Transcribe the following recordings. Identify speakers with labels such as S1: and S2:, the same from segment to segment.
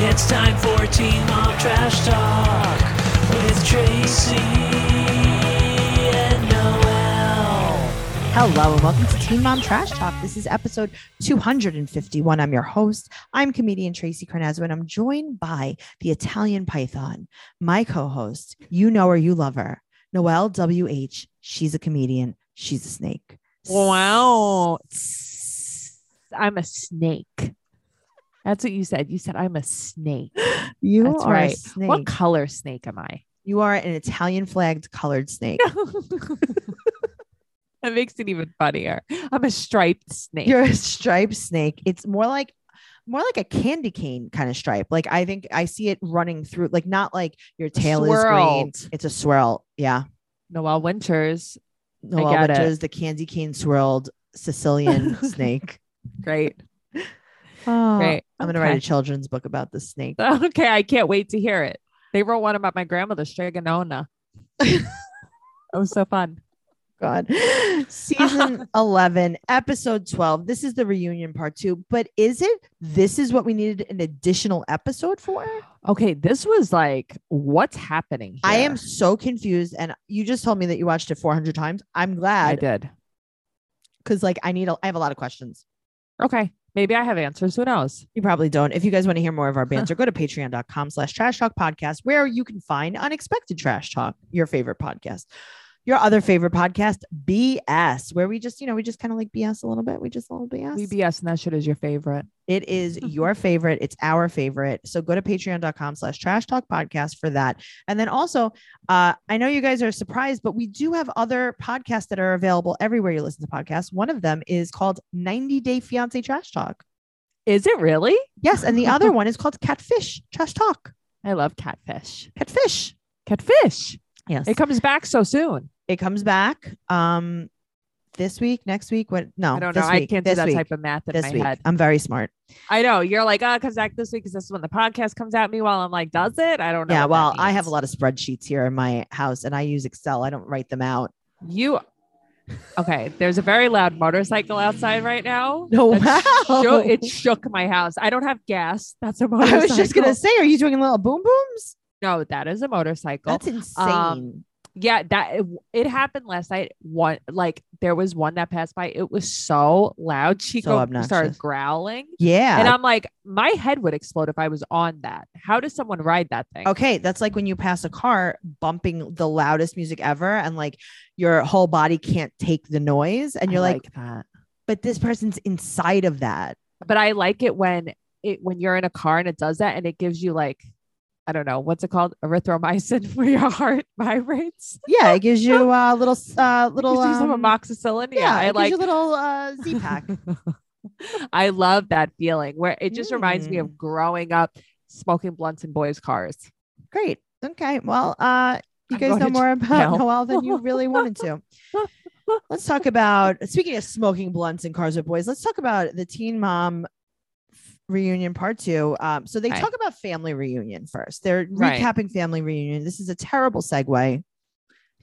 S1: It's time for Team Up Trash Talk with Tracy and Noel.
S2: Hello and welcome to Teen Mom Trash Talk. This is episode 251. I'm your host. I'm comedian Tracy Carnazzo, and I'm joined by the Italian Python, my co-host. You know her, you love her, Noelle W. H. She's a comedian. She's a snake.
S3: Wow. Tss. I'm a snake. That's what you said. You said I'm a snake.
S2: You
S3: That's
S2: are a
S3: right.
S2: snake.
S3: What color snake am I?
S2: you are an Italian flagged colored snake.
S3: that makes it even funnier. I'm a striped snake.
S2: You're a striped snake. It's more like more like a candy cane kind of stripe. Like I think I see it running through, like not like your tail is green.
S3: Swirled.
S2: It's a swirl. Yeah.
S3: Noel Winters.
S2: Noel
S3: get it.
S2: Winters, the candy cane swirled Sicilian snake.
S3: Great.
S2: Oh,
S3: Great.
S2: I'm gonna write a
S3: Okay.
S2: children's book about this snake.
S3: Okay. I can't wait to hear it. They wrote one about my grandmother, Straganona. that was so fun.
S2: God. Season 11, episode 12. This is the reunion part two, but is it this is what we needed an additional episode for?
S3: Okay. This was like, what's happening?
S2: I am
S3: here?
S2: so confused. And you just told me that you watched it 400 times. I'm
S3: I
S2: glad
S3: did.
S2: because, like, I need, a, I have a lot of questions.
S3: Okay. Maybe I have answers. Who knows?
S2: You probably don't. If you guys want to hear more of our banter, go to patreon.com slash trash talk podcast, where you can find unexpected trash talk, your favorite podcast. Your other favorite podcast, BS, where we just, you know, we just kind of like BS a little bit. We just a little BS.
S3: We BS and that shit is your favorite.
S2: It is your favorite. It's our favorite. So go to patreon.com slash trash talk podcast for that. And then also, uh, I know you guys are surprised, but we do have other podcasts that are available everywhere you listen to podcasts. One of them is called 90 Day Fiance Trash Talk.
S3: Is it really?
S2: Yes. And the other one is called Catfish Trash Talk.
S3: I love catfish.
S2: Catfish.
S3: Catfish.
S2: Yes.
S3: It
S2: It,
S3: comes back so soon.
S2: comes back um this week, next week. What no,
S3: I don't know.
S2: this
S3: I
S2: week,
S3: can't
S2: this
S3: do that
S2: week,
S3: type of math in
S2: this
S3: my
S2: week.
S3: head.
S2: I'm very smart.
S3: I know. You're like, oh, it comes back this week because this is when the podcast comes at me while I'm like, does it? I don't know.
S2: Yeah.
S3: what that
S2: Well, I have a
S3: means.
S2: lot of spreadsheets here in my house and I use Excel. I don't write them out.
S3: You okay. There's a very loud motorcycle outside right now.
S2: No,
S3: That
S2: wow.
S3: sho- it shook my house. I don't have gas. That's a
S2: I
S3: motorcycle.
S2: was just gonna say, are you doing little boom booms?
S3: no, that is a motorcycle.
S2: That's insane.
S3: yeah that it, it happened last night one like there was one that passed by it was so loud chico
S2: obnoxious.
S3: started growling
S2: yeah.
S3: and i'm like my head would explode if i was on that how does someone ride that thing
S2: okay, that's like when you pass a car bumping the loudest music ever, and like your whole body can't take the noise, and
S3: I
S2: you're like,
S3: that
S2: but this person's inside of that.
S3: but i like it when it when you're in a car and it does that and it gives you like i don't know what's it called erythromycin where your heart vibrates
S2: Yeah, it gives you a uh, little, s- uh, little,
S3: Gives you some
S2: um,
S3: amoxicillin
S2: yeah,
S3: yeah, i
S2: it
S3: like
S2: gives you a little uh, Z pack.
S3: I love that feeling where it just reminds me
S2: Mm.
S3: of growing up smoking blunts in boys' cars.
S2: Great. Okay. Well, uh, you
S3: I'm
S2: guys
S3: going
S2: know
S3: to
S2: more about
S3: jail.
S2: Noel than you really wanted to. let's talk about speaking of smoking blunts and cars with boys. Let's talk about the Teen Mom f- reunion part two. Um, so they
S3: Right.
S2: talk about family reunion first. They're
S3: Right.
S2: recapping family reunion. This is a terrible segue.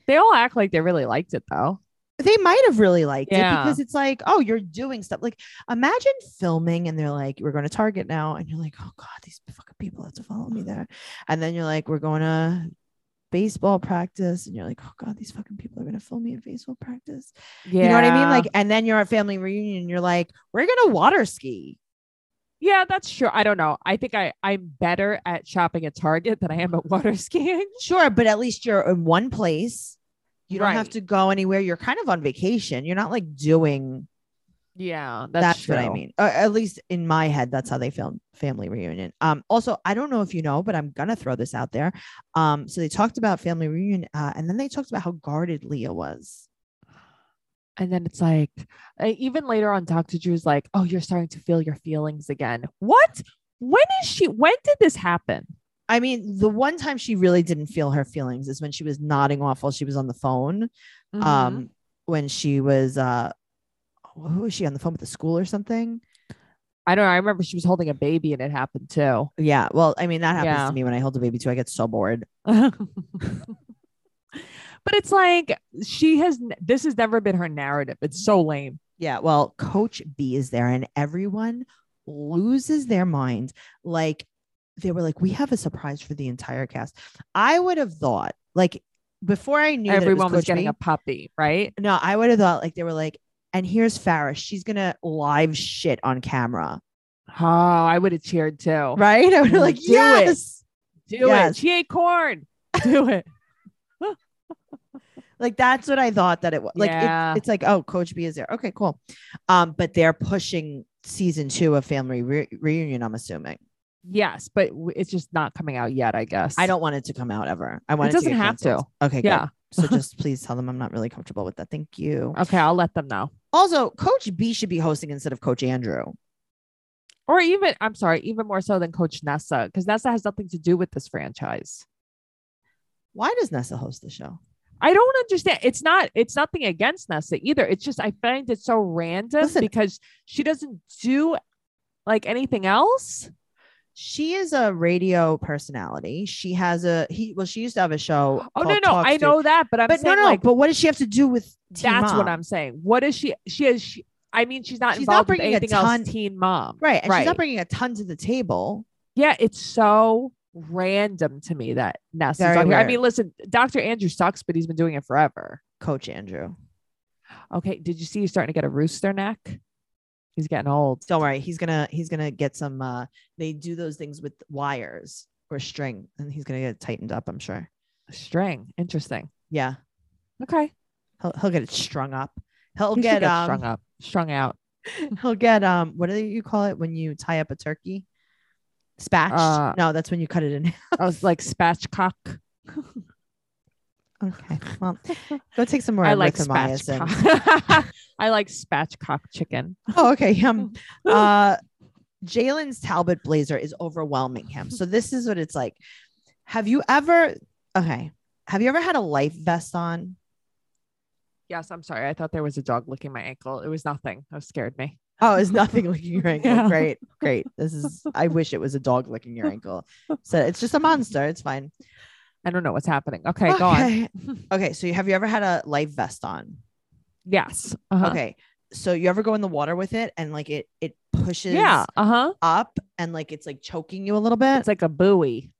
S3: They all act like they really liked it though.
S2: They might have really liked it
S3: Yeah.
S2: because it's like, oh, you're doing stuff. Like, imagine filming and they're like, we're going to Target now, and you're like, oh god, these fucking people have to follow me there, and then you're like, we're going to baseball practice, and you're like, oh god, these fucking people are going to film me at baseball practice.
S3: Yeah.
S2: You know what I mean? Like, and then you're at family reunion, and you're like, we're gonna water ski.
S3: yeah, that's sure. I don't know. I think I I'm better at shopping at Target than I am at water skiing.
S2: Sure, but at least you're in one place. You don't have
S3: Right.
S2: to go anywhere. You're kind of on vacation. You're not like doing.
S3: Yeah,
S2: That's,
S3: that's,
S2: what I mean. Or at least in my head, that's how they filmed family reunion. Um. Also, I don't know if you know, but I'm gonna throw this out there. Um. So they talked about family reunion, uh, and then they talked about how guarded Leah was.
S3: And then it's like uh, even later on Dr. Drew's like, "Oh, you're starting to feel your feelings again." What? When is she when did this happen?
S2: I mean, the one time she really didn't feel her feelings is when she was nodding off while she was on the phone.
S3: Mhm.
S2: um when she was uh who was she on the phone with the school or something
S3: I don't know. I remember she was holding a baby and it happened too.
S2: yeah well i mean that happens
S3: Yeah.
S2: to me when i hold a baby too i get so bored
S3: but it's like she has n- this has never been her narrative. It's so lame.
S2: yeah well coach b is there and everyone loses their mind like they were like, we have a surprise for the entire cast. I would have thought, like, before I knew that it
S3: Everyone was
S2: Coach
S3: getting
S2: B-
S3: a puppy, right?
S2: No, I would have thought like they were like, and here's Farrah. She's gonna live shit on camera,
S3: Oh, I would have cheered too.
S2: right? I would have like,
S3: Do it.
S2: yes,
S3: Do
S2: Yes.
S3: it. She ate corn. Do it.
S2: like that's what I thought that it was. Like
S3: Yeah.
S2: it's, it's like, oh, Coach B is there. Okay, cool. Um, but they're pushing season two of Family Re- Reunion. I'm assuming.
S3: Yes, but w- it's just not coming out yet, I guess.
S2: I don't want it to come out ever. I want it,
S3: doesn't
S2: to get
S3: have to.
S2: canceled. Okay, good.
S3: Yeah.
S2: so just please tell them I'm not really comfortable with that. Thank you.
S3: Okay, I'll let them know.
S2: Also, Coach B should be hosting instead of Coach Andrew.
S3: Or even, I'm sorry, even more so than Coach Nessa, because Nessa has nothing to do with this franchise.
S2: Why does Nessa host the show?
S3: I don't understand. It's not. It's nothing against Nessa either. It's just I find it so random
S2: Listen-
S3: because she doesn't do like anything else.
S2: She is a radio personality. She has a he. Well, she used to have a show.
S3: Oh no,
S2: called
S3: no,
S2: Talk
S3: I
S2: Stu-
S3: know that, but I'm
S2: but no,
S3: saying
S2: no.
S3: like
S2: but what does she have to do with? Teen
S3: that's what
S2: Mom?
S3: I'm saying. What is she? She is. She, I mean, she's not
S2: She's not
S3: involved with
S2: bringing a
S3: anything
S2: ton-
S3: else. Teen Mom.
S2: right. And she's
S3: Right.
S2: not bringing a ton to the table.
S3: Yeah, it's so random to me that Nessa's
S2: Very
S3: on here. I
S2: weird.
S3: mean, listen, Dr. Andrew sucks, but he's been doing it forever.
S2: Coach Andrew.
S3: Okay, did you see he's starting to get a rooster neck? He's getting old.
S2: Don't worry. He's gonna he's gonna get some. uh They do those things with wires or string, and he's gonna get it tightened up. I'm sure.
S3: String. Interesting.
S2: Yeah,
S3: Okay.
S2: he'll, he'll get it strung up. He'll
S3: He should
S2: get,
S3: get
S2: um
S3: strung up, strung out.
S2: he'll get um what do you call it when you tie up a turkey? Spatched.
S3: Uh,
S2: no, that's when you cut it in.
S3: I was like spatchcock.
S2: okay, well, go take some more.
S3: I like
S2: erythromycin.
S3: spatchcock. I like spatchcock chicken.
S2: Oh, okay. Yum. Uh, Jalen's Talbot blazer is overwhelming him. So this is what it's like. Have you ever? Okay. Have you ever had a life vest on?
S3: Yes, I'm sorry. I thought there was a dog licking my ankle. It was nothing. That scared me.
S2: Oh, it's nothing licking your ankle.
S3: Yeah.
S2: Great, great. This is. I wish it was a dog licking your ankle. So it's just a monster. It's fine.
S3: I don't know what's happening. Okay, go on.
S2: okay. Okay. So you- have you ever had a life vest on?
S3: Yes. Uh-huh.
S2: Okay. So you ever go in the water with it and like it it pushes
S3: Yeah. Uh huh.
S2: up and like it's like choking you a little bit?
S3: It's like a buoy.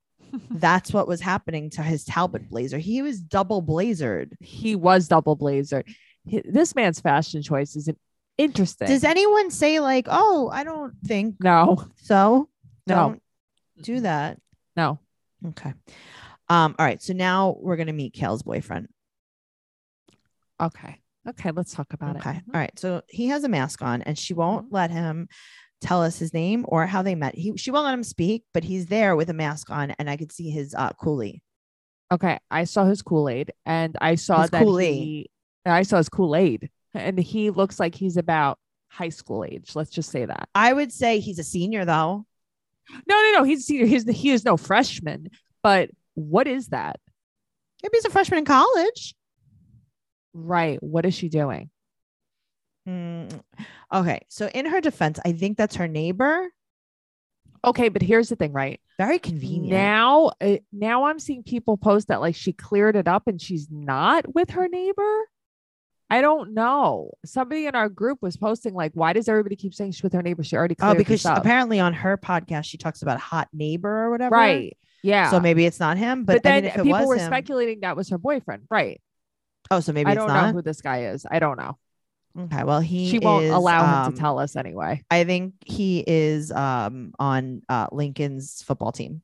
S2: that's what was happening to his Talbot blazer. He was double blazered.
S3: He was double blazer. He- This man's fashion choice is an interesting.
S2: Does anyone say like, "Oh, I don't think
S3: no,
S2: so"?
S3: No.
S2: Don't do that.
S3: no.
S2: Okay. Um. All right. So now we're gonna meet Kale's boyfriend.
S3: Okay. Okay. Let's talk about
S2: okay.
S3: it. Mm-hmm.
S2: All right. So he has a mask on, and she won't let him tell us his name or how they met. He she won't let him speak, but he's there with a mask on, and I could see his uh, coolie.
S3: Okay, I saw his Kool Aid, and I saw
S2: His
S3: that
S2: Kool-Aid.
S3: he. I saw his Kool Aid, and he looks like he's about high school age. Let's just say that.
S2: I would say he's a senior though.
S3: No, no, no. He's senior. He's he is no freshman. But what is that?
S2: Maybe he's a freshman in college.
S3: Right. What is she doing?
S2: Mm, Okay. So in her defense, I think that's her neighbor.
S3: Okay, but here's the thing, right?
S2: Very convenient.
S3: Now, uh, now I'm seeing people post that like she cleared it up and she's not with her neighbor. I don't know. Somebody in our group was posting like, why does everybody keep saying she's with her neighbor? She already
S2: oh,
S3: cleared
S2: because
S3: this up.
S2: apparently on her podcast she talks about hot neighbor or whatever.
S3: right. Yeah.
S2: So maybe it's not him, but,
S3: but,
S2: I
S3: then
S2: mean, if it
S3: people
S2: was
S3: were
S2: him,
S3: speculating that was her boyfriend, right?
S2: oh, so maybe
S3: I
S2: it's
S3: don't
S2: not.
S3: know who this guy is. I don't know.
S2: okay, well he
S3: she won't
S2: is,
S3: allow him
S2: um,
S3: to tell us anyway.
S2: I think he is um on uh, Lincoln's football team.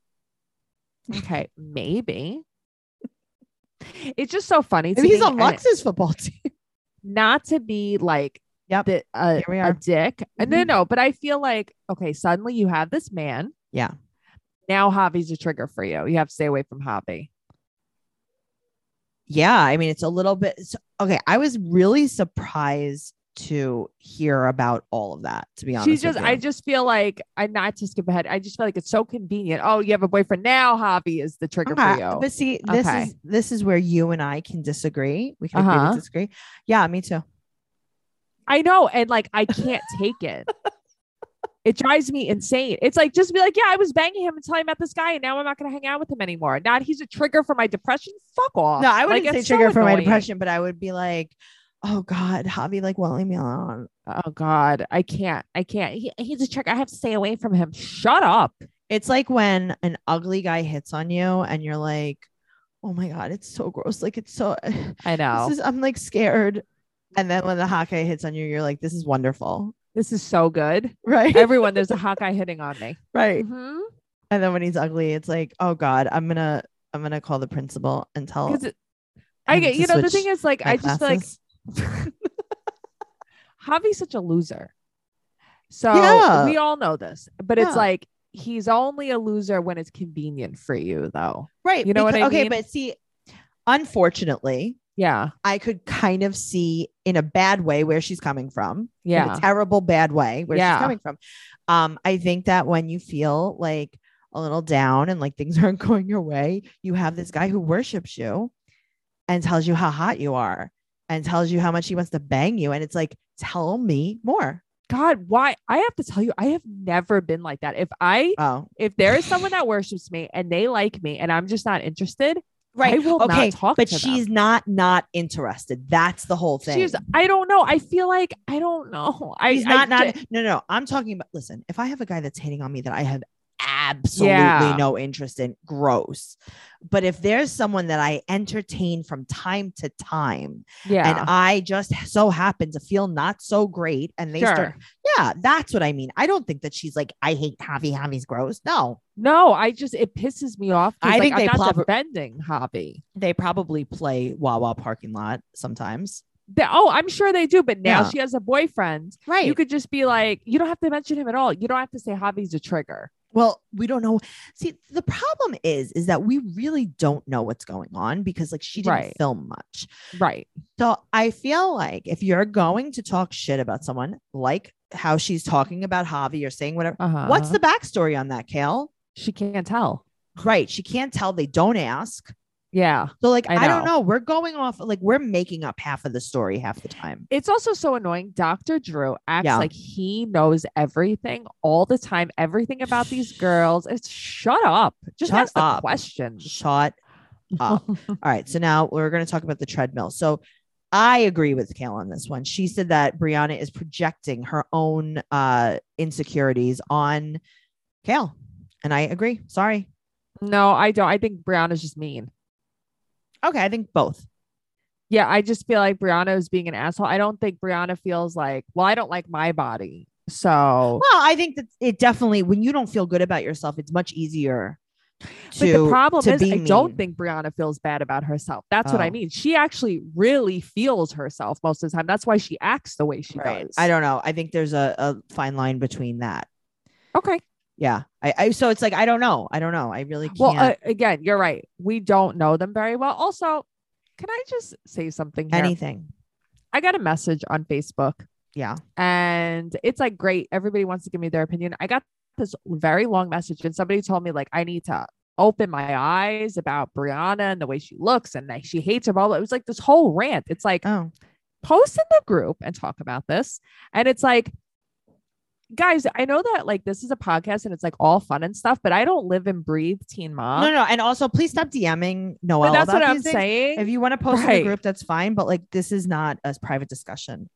S3: Okay, maybe. It's just so funny. To
S2: Maybe he's
S3: me,
S2: on
S3: and
S2: Lux's football team.
S3: Not to be like
S2: Yep.
S3: the, a,
S2: Here we
S3: a
S2: are. Mm-hmm.
S3: dick. And No, no, but I feel like okay. Suddenly you have this man.
S2: Yeah.
S3: Now hobby's a trigger for you. You have to stay away from hobby.
S2: Yeah, I mean it's a little bit so, okay. I was really surprised to hear about all of that. To be honest,
S3: She's just.
S2: with
S3: I
S2: you.
S3: just feel like I not to skip ahead. I just feel like it's so convenient. Oh, you have a boyfriend now. Hobby is the trigger for
S2: Okay,
S3: you.
S2: But see, this
S3: Okay.
S2: is this is where you and I can disagree. We can agree
S3: Uh-huh.
S2: to disagree. Yeah, me too.
S3: I know. And like, I can't take it. It drives me insane. It's like, just be like, yeah, I was banging him and telling him about this guy, and now I'm not going to hang out with him anymore. Now he's a trigger for my depression. Fuck off.
S2: No, I wouldn't
S3: Like,
S2: say
S3: it's so
S2: trigger for my
S3: annoying.
S2: depression, but I would be like, oh God, Javi, like won't leave me alone.
S3: Oh, God. I can't. I can't. He, he's a trigger. I have to stay away from him. Shut up.
S2: It's like when an ugly guy hits on you and you're like, oh my God, it's so gross. Like it's so,
S3: I know.
S2: this is, I'm like scared. And then when the hot guy hits on you, you're like, this is wonderful.
S3: this is so good.
S2: Right.
S3: Everyone, there's a hot guy hitting on me.
S2: right.
S3: Mhm.
S2: And then when he's ugly, it's like, oh God, I'm going to, I'm going to call the principal and tell.
S3: Because I
S2: him
S3: get,
S2: Oh, to
S3: you know, the
S2: switch
S3: thing is, like,
S2: my
S3: I just feel like
S2: classes.
S3: Javi's such a loser. So
S2: Yeah.
S3: we all know this, but it's
S2: Yeah.
S3: like he's only a loser when it's convenient for you, though.
S2: Right.
S3: You know what
S2: becau-
S3: I
S2: okay,
S3: mean?
S2: but see, unfortunately,
S3: Yeah.
S2: I could kind of see in a bad way where she's coming from. in
S3: Yeah.
S2: a terrible bad way where
S3: Yeah.
S2: she's coming from. Um, I think that when you feel like a little down and like things aren't going your way, you have this guy who worships you and tells you how hot you are and tells you how much he wants to bang you. And it's like, tell me more.
S3: God, why? I have to tell you, I have never been like that. If I,
S2: Oh,
S3: if there is someone that worships me and they like me and I'm just not interested, I will not
S2: okay.
S3: talk
S2: but
S3: to them.
S2: she's not not interested. That's the whole thing.
S3: she's, I don't know. I feel like, I don't know. I,
S2: He's
S3: I
S2: not
S3: ju-
S2: not no no. I'm talking about listen, if I have a guy that's hating on me that I have absolutely
S3: Yeah.
S2: no interest in, gross. But if there's someone that I entertain from time to time
S3: yeah.
S2: and I just so happen to feel not so great and they
S3: sure.
S2: start yeah, that's what I mean. I don't think that she's like, I hate Javi, Javi's gross. No.
S3: No, I just, it pisses me off. 'cause,
S2: I
S3: like,
S2: think
S3: I'm
S2: they
S3: not
S2: plop-
S3: defending Javi.
S2: They probably play Wawa parking lot sometimes.
S3: They- oh, I'm sure they do. But now
S2: Yeah.
S3: she has a boyfriend.
S2: Right.
S3: You could just be like, you don't have to mention him at all. You don't have to say Javi's a trigger.
S2: Well, we don't know. See, the problem is, is that we really don't know what's going on because like she didn't
S3: Right.
S2: film much.
S3: Right.
S2: So I feel like if you're going to talk shit about someone, like how she's talking about Javi or saying whatever,
S3: Uh-huh.
S2: what's the backstory on that, Kale?
S3: She can't tell.
S2: Right. She can't tell. They don't ask.
S3: Yeah.
S2: So, like,
S3: I
S2: I, don't
S3: know.
S2: know. We're going off, like, we're making up half of the story half the time.
S3: It's also so annoying. Dr. Drew acts
S2: Yeah.
S3: like he knows everything all the time, everything about these girls. It's shut up. Just
S2: Shut
S3: ask the
S2: up.
S3: questions.
S2: Shut up. All right. So now we're going to talk about the treadmill. So I agree with Kale on this one. She said that Brianna is projecting her own uh, insecurities on Kale. And I agree. Sorry.
S3: No, I don't. I think Brianna's just mean.
S2: Okay. I think both.
S3: Yeah, I just feel like Brianna is being an asshole. I don't think Brianna feels like, well, I don't like my body. So
S2: Well, I think that it definitely when you don't feel good about yourself, it's much easier. To,
S3: But the problem
S2: to
S3: is,
S2: be
S3: I don't
S2: mean.
S3: think Brianna feels bad about herself. That's what I
S2: Oh.
S3: mean. She actually really feels herself most of the time. That's why she acts the way she
S2: Right.
S3: does.
S2: I don't know. I think there's a, a fine line between that.
S3: Okay.
S2: Yeah. I, I so it's like I don't know. I don't know. I really can't.
S3: Well, uh, again, you're right. We don't know them very well. Also, can I just say something? Here?
S2: anything.
S3: I got a message on Facebook,
S2: Yeah.
S3: and it's like great. Everybody wants to give me their opinion. I got this very long message, and somebody told me like I need to open my eyes about Brianna and the way she looks and that she hates her. Blah blah. It was like this whole rant. It's like.
S2: Oh.
S3: post in the group and talk about this. And it's like, guys, I know that like this is a podcast and it's like all fun and stuff, but I don't live and breathe teen mom.
S2: Oh. no, no. And also please stop DMing Noel.
S3: but that's
S2: about
S3: what I'm
S2: these things.
S3: saying.
S2: If you want to post in
S3: Right.
S2: the group, that's fine. But like this is not a private discussion.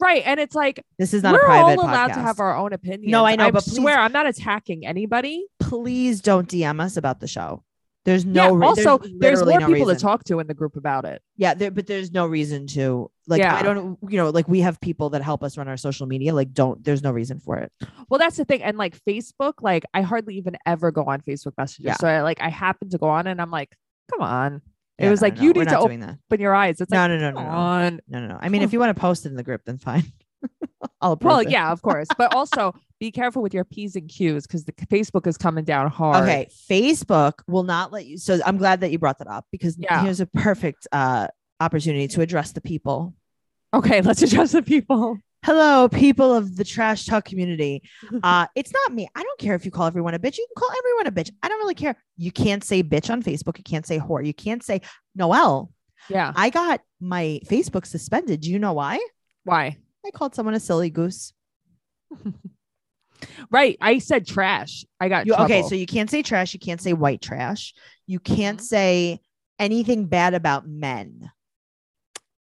S3: right. And it's like
S2: This is not
S3: we're
S2: a private
S3: all allowed
S2: podcast.
S3: to have our own opinion.
S2: I know,
S3: I
S2: but please-
S3: swear I'm not attacking anybody.
S2: please don't DM us about the show. There's
S3: yeah,
S2: no re-
S3: also there's
S2: literally
S3: more
S2: no
S3: people
S2: reason.
S3: to talk to in the group about it.
S2: Yeah, there, but there's no reason to like.
S3: Yeah.
S2: I don't, you know, like we have people that help us run our social media. Like, don't. There's no reason for it.
S3: Well, that's the thing. And like Facebook, like I hardly even ever go on Facebook Messenger.
S2: Yeah.
S3: So I like I happen to go on and I'm like, come on. It
S2: Yeah,
S3: was
S2: no,
S3: like
S2: no,
S3: you
S2: we're
S3: need to
S2: not
S3: open
S2: doing that.
S3: your eyes. It's
S2: No,
S3: like
S2: no, no,
S3: come
S2: no, no,
S3: on.
S2: no, no, no. I mean, if you want to post it in the group, then fine. I'll approve
S3: Well,
S2: it.
S3: yeah, of course, but also be careful with your p's and q's because the Facebook is coming down hard.
S2: Okay, Facebook will not let you. So I'm glad that you brought that up because
S3: Yeah.
S2: here's a perfect uh, opportunity to address the people.
S3: okay, let's address the people.
S2: Hello, people of the trash talk community. Uh, it's not me. I don't care if you call everyone a bitch. You can call everyone a bitch. I don't really care. You can't say bitch on Facebook. You can't say whore. You can't say Noel.
S3: Yeah,
S2: I got my Facebook suspended. Do you know why?
S3: why?
S2: I called someone a silly goose.
S3: Right, I said trash. I got
S2: You- okay,
S3: trouble. Mm-hmm.
S2: so you can't say trash. You can't say white trash. You can't say anything bad about men.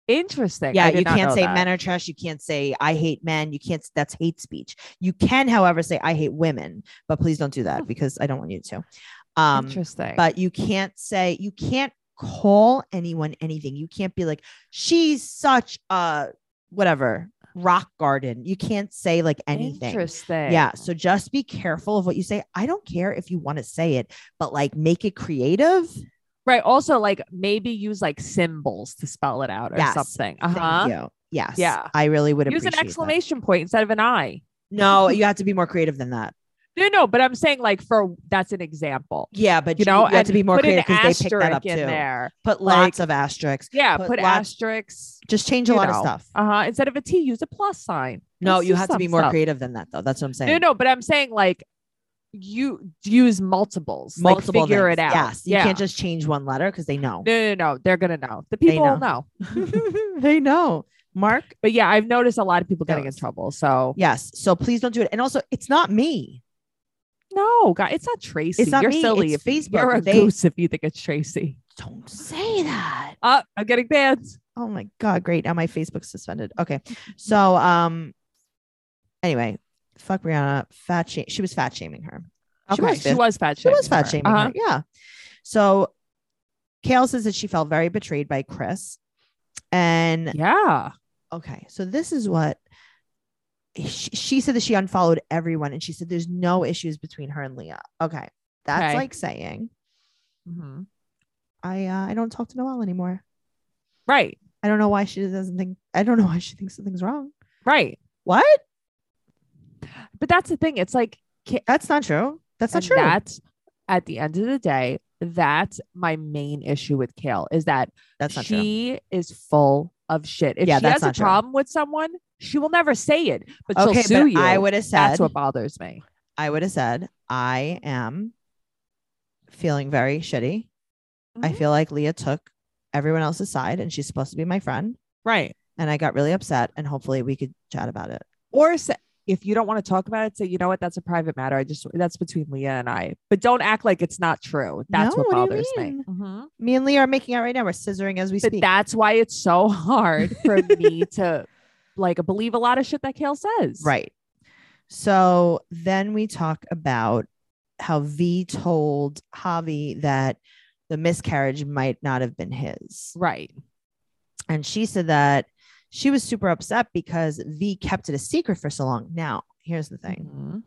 S3: Interesting.
S2: Yeah,
S3: I did
S2: you
S3: not
S2: can't
S3: know
S2: say
S3: that.
S2: men are trash. You can't say I hate men. You can't. That's hate speech. You can, however, say I hate women, but please don't do that because I don't want you to. Um,
S3: Interesting.
S2: but you can't say you can't call anyone anything. You can't be like she's such a whatever rock garden. You can't say like anything.
S3: Interesting.
S2: Yeah. So just be careful of what you say. I don't care if you want to say it, but like make it creative.
S3: Right. Also, like maybe use like symbols to spell it out or
S2: Yes.
S3: something. Uh
S2: Thank
S3: huh.
S2: you. Yes.
S3: Yeah.
S2: I really would
S3: Use an
S2: appreciate that.
S3: exclamation point instead of an I.
S2: No, you have to be more creative than that.
S3: No, no, but I'm saying like for that's an example.
S2: Yeah, but
S3: You know,
S2: you have to
S3: and
S2: be more
S3: put an
S2: creative because they pick that
S3: asterisk
S2: up too.
S3: in there.
S2: Put
S3: like-
S2: lots of asterisks.
S3: Yeah,
S2: Put
S3: put,
S2: lots-
S3: asterisks.
S2: Just change a
S3: you
S2: lot
S3: know.
S2: of stuff.
S3: Uh huh. Instead of a T, use a plus sign.
S2: No,
S3: Let's
S2: you
S3: do
S2: have to
S3: some
S2: be more
S3: stuff.
S2: creative than that, though. That's what I'm saying.
S3: No, no, but I'm saying like you use multiples.
S2: Multiple
S3: like, figure
S2: things.
S3: it out.
S2: Yes, you
S3: yeah.
S2: can't just change one letter because they know.
S3: no, no, no. They're gonna know. The people will
S2: know.
S3: know.
S2: they know. Mark,
S3: But yeah, I've noticed a lot of people getting in
S2: Knows.
S3: trouble. So
S2: yes. So please don't do it. And also, it's not me.
S3: No, God, it's not Tracy.
S2: not
S3: You're
S2: me,
S3: silly.
S2: it's
S3: if
S2: Facebook.
S3: You're a
S2: They-
S3: goose if you think it's Tracy.
S2: Don't say that.
S3: Oh, I'm getting banned.
S2: Oh my god, great. Now my Facebook's suspended. Okay. So um anyway, fuck Rihanna. Fat shame. She was fat shaming her. She was
S3: she
S2: fat-
S3: was fat.
S2: She
S3: shaming
S2: was fat
S3: her.
S2: shaming
S3: Uh-huh.
S2: her. Yeah. So Kale says that she felt very betrayed by Chris. And
S3: Yeah.
S2: okay, so this is what she, she said that she unfollowed everyone and she said there's no issues between her and Leah. Okay. That's
S3: Okay.
S2: like saying Mm-hmm.
S3: Mhm.
S2: I uh, I don't talk to Noelle anymore.
S3: Right.
S2: I don't know why she doesn't think I don't know why she thinks something's wrong.
S3: Right.
S2: What?
S3: But that's the thing. It's like
S2: That's not true. That's not
S3: and
S2: true.
S3: That's at the end of the day, that's my main issue with Kale is that
S2: that's not true.
S3: she is full of shit. If
S2: Yeah,
S3: she
S2: that's
S3: has a
S2: not true.
S3: problem with someone, she will never say it, but
S2: Okay,
S3: she'll sue
S2: but
S3: you.
S2: I would have said
S3: that's what bothers me.
S2: I would have said I am feeling very shitty. I
S3: Mhm.
S2: feel like Leah took everyone else's side and she's supposed to be my friend
S3: Right.
S2: and I got really upset and hopefully we could chat about it.
S3: or say, if you don't want to talk about it, say, you know what, that's a private matter. I just that's between Leah and I. But don't act like it's not true. That's
S2: No,
S3: what
S2: what do you
S3: bothers me.
S2: mean?
S3: Mhm.
S2: Me and Leah are making out right now. We're scissoring as we
S3: But
S2: speak.
S3: that's why it's so hard for me to like believe a lot of shit that Kale says.
S2: right. So then we talk about how V told Javi that the miscarriage might not have been his.
S3: Right.
S2: And she said that she was super upset because V kept it a secret for so long. Now, here's the thing
S3: Mhm.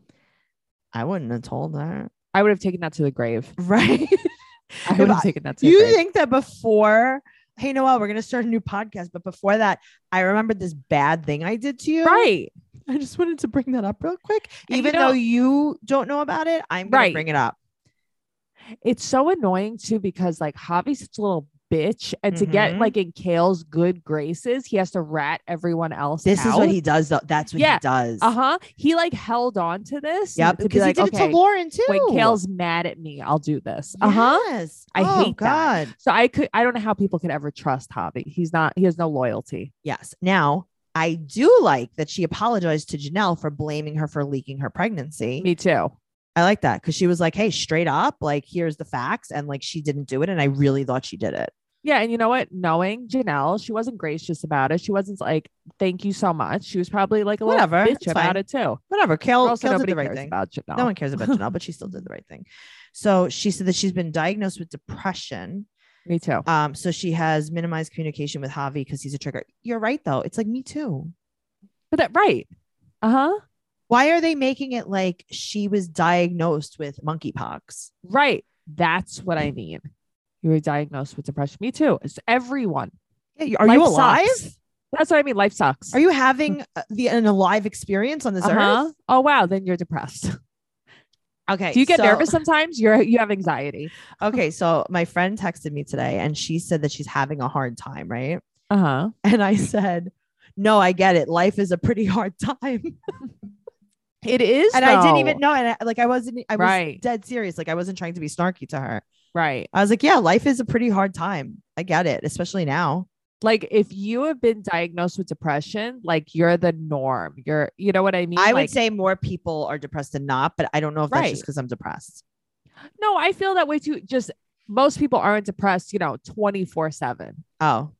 S2: I wouldn't have told her.
S3: I would have taken that to the grave.
S2: Right.
S3: I
S2: If
S3: would
S2: I-
S3: have taken that to the
S2: you
S3: grave.
S2: think that before, hey, Noel, we're going to start a new podcast. But before that, I remembered this bad thing I did to you.
S3: right.
S2: I just wanted to bring that up real quick.
S3: And you
S2: Even
S3: know-
S2: though you don't know about it, I'm going to
S3: Right.
S2: bring it up.
S3: It's so annoying too because like Javi's such a little bitch. And to
S2: Mhm.
S3: get like in Kale's good graces, he has to rat everyone else.
S2: This is
S3: out.
S2: what he does, though. That's what
S3: Yeah.
S2: he does.
S3: Uh huh. He like held on to this.
S2: Yep.
S3: To
S2: Because
S3: be like,
S2: he did
S3: okay,
S2: it to Lauren, too.
S3: when Kale's mad at me, I'll do this. Uh huh.
S2: Yes.
S3: I
S2: oh,
S3: hate that.
S2: God.
S3: So I could. I don't know how people could ever trust Hobby. He's not. He has no loyalty.
S2: Yes. Now, I do like that she apologized to Janelle for blaming her for leaking her pregnancy.
S3: Me too.
S2: I like that because she was like, hey, straight up, like, here's the facts. And like, she didn't do it. And I really thought she did it.
S3: Yeah, and you know what? Knowing Janelle, she wasn't gracious about it. She wasn't like, "Thank you so much." She was probably like a little
S2: Whatever,
S3: bitch
S2: it's
S3: about
S2: fine.
S3: it too.
S2: Whatever. Kale,
S3: Also,
S2: Kale did
S3: nobody
S2: the right
S3: cares
S2: thing.
S3: about Janelle.
S2: No one cares about Janelle, but she still did the right thing. So she said that she's been diagnosed with depression.
S3: Me too.
S2: Um, so she has minimized communication with Javi because he's a trigger. You're right, though. It's like, me too.
S3: But that right. Uh huh.
S2: Why are they making it like she was diagnosed with monkeypox?
S3: Right. That's what I mean. You were diagnosed with depression. Me too. It's everyone.
S2: Yeah, you- are you
S3: Life
S2: alive?
S3: sucks. That's what I mean. Life sucks.
S2: Are you having uh, the an alive experience on this
S3: Uh-huh.
S2: earth?
S3: Oh wow, then you're depressed.
S2: Okay.
S3: Do you get
S2: so-
S3: nervous sometimes? You're you have anxiety.
S2: Okay, so my friend texted me today and she said that she's having a hard time, right?
S3: Uh huh.
S2: And I said, "No, I get it. Life is a pretty hard time." And
S3: It is,
S2: I didn't
S3: though.
S2: even know and I, like I wasn't I was
S3: Right.
S2: dead serious. Like I wasn't trying to be snarky to her.
S3: Right.
S2: I was like, "Yeah, life is a pretty hard time. I get it, especially now."
S3: Like if you have been diagnosed with depression, like you're the norm. You're you know what I mean.
S2: I would
S3: Like,
S2: say more people are depressed than not, but I don't know if that's just
S3: Right.
S2: cuz I'm depressed.
S3: no. I feel that way too. Just most people aren't depressed. You know, twenty four seven.
S2: Oh.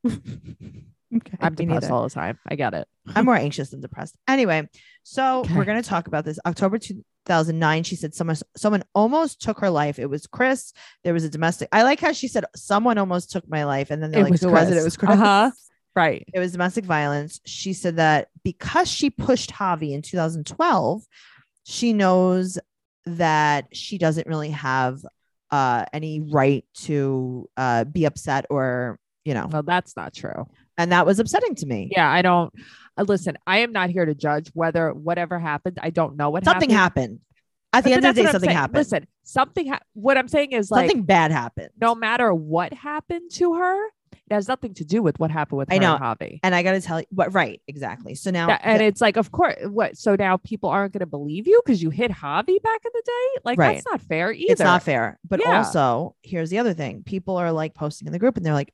S2: Okay,
S3: I'm
S2: me
S3: depressed
S2: neither.
S3: all the time. I get it.
S2: I'm more anxious than depressed. Anyway, so we're
S3: Okay.
S2: going to talk about this. October 2009, she said someone someone almost took her life. It was Chris. There was a domestic. I like how she said someone almost took my life, and then they're
S3: It
S2: like,
S3: was
S2: who was it?
S3: Chris.
S2: It was Chris.
S3: Uh-huh. Right.
S2: It was domestic violence. She said that because she pushed Javi in 2012, she knows that she doesn't really have uh, any right to uh, be upset or you know,
S3: Well, that's not true.
S2: and that was upsetting to me.
S3: Yeah, I don't. Uh, listen, I am not here to judge whether whatever happened. I don't know what
S2: something happened. At the
S3: But
S2: end of
S3: that's
S2: the
S3: what
S2: day,
S3: I'm
S2: something
S3: saying.
S2: happened.
S3: Listen, something. Ha- what I'm saying is like
S2: something bad happened.
S3: no matter what happened to her, it has nothing to do with what happened with
S2: I
S3: her
S2: know.
S3: and Javi.
S2: And I got to tell you, what? Right, exactly. So now,
S3: That- and it's like, of course, what? So now people aren't going to believe you because you hit Javi back in the day. Like
S2: Right.
S3: that's not fair either.
S2: it's not fair. But
S3: Yeah.
S2: also, here's the other thing: people are like posting in the group, and they're like,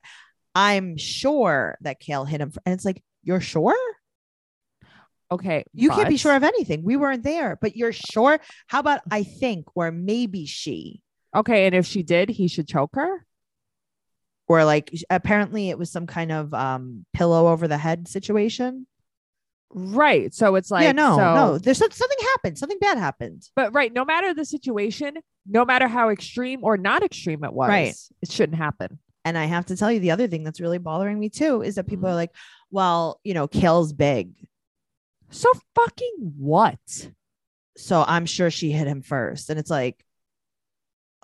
S2: "I'm sure that Kale hit him," and it's like, "You're sure?
S3: Okay,
S2: You can't be
S3: but-
S2: sure of anything. We weren't there, but you're sure. How about I think, or maybe she,
S3: Okay, and if she did, he should choke her.
S2: or like apparently it was some kind of um pillow over the head situation.
S3: Right. So it's like
S2: yeah, no,
S3: so,
S2: no. There's some- something happened. Something bad happened.
S3: But right, no matter the situation, no matter how extreme or not extreme it was,
S2: Right.
S3: it shouldn't happen.
S2: And I have to tell you, the other thing that's really bothering me too is that people
S3: Mm-hmm.
S2: are like, well, you know, Kale's big.
S3: So fucking what?
S2: So I'm sure she hit him first. And it's like,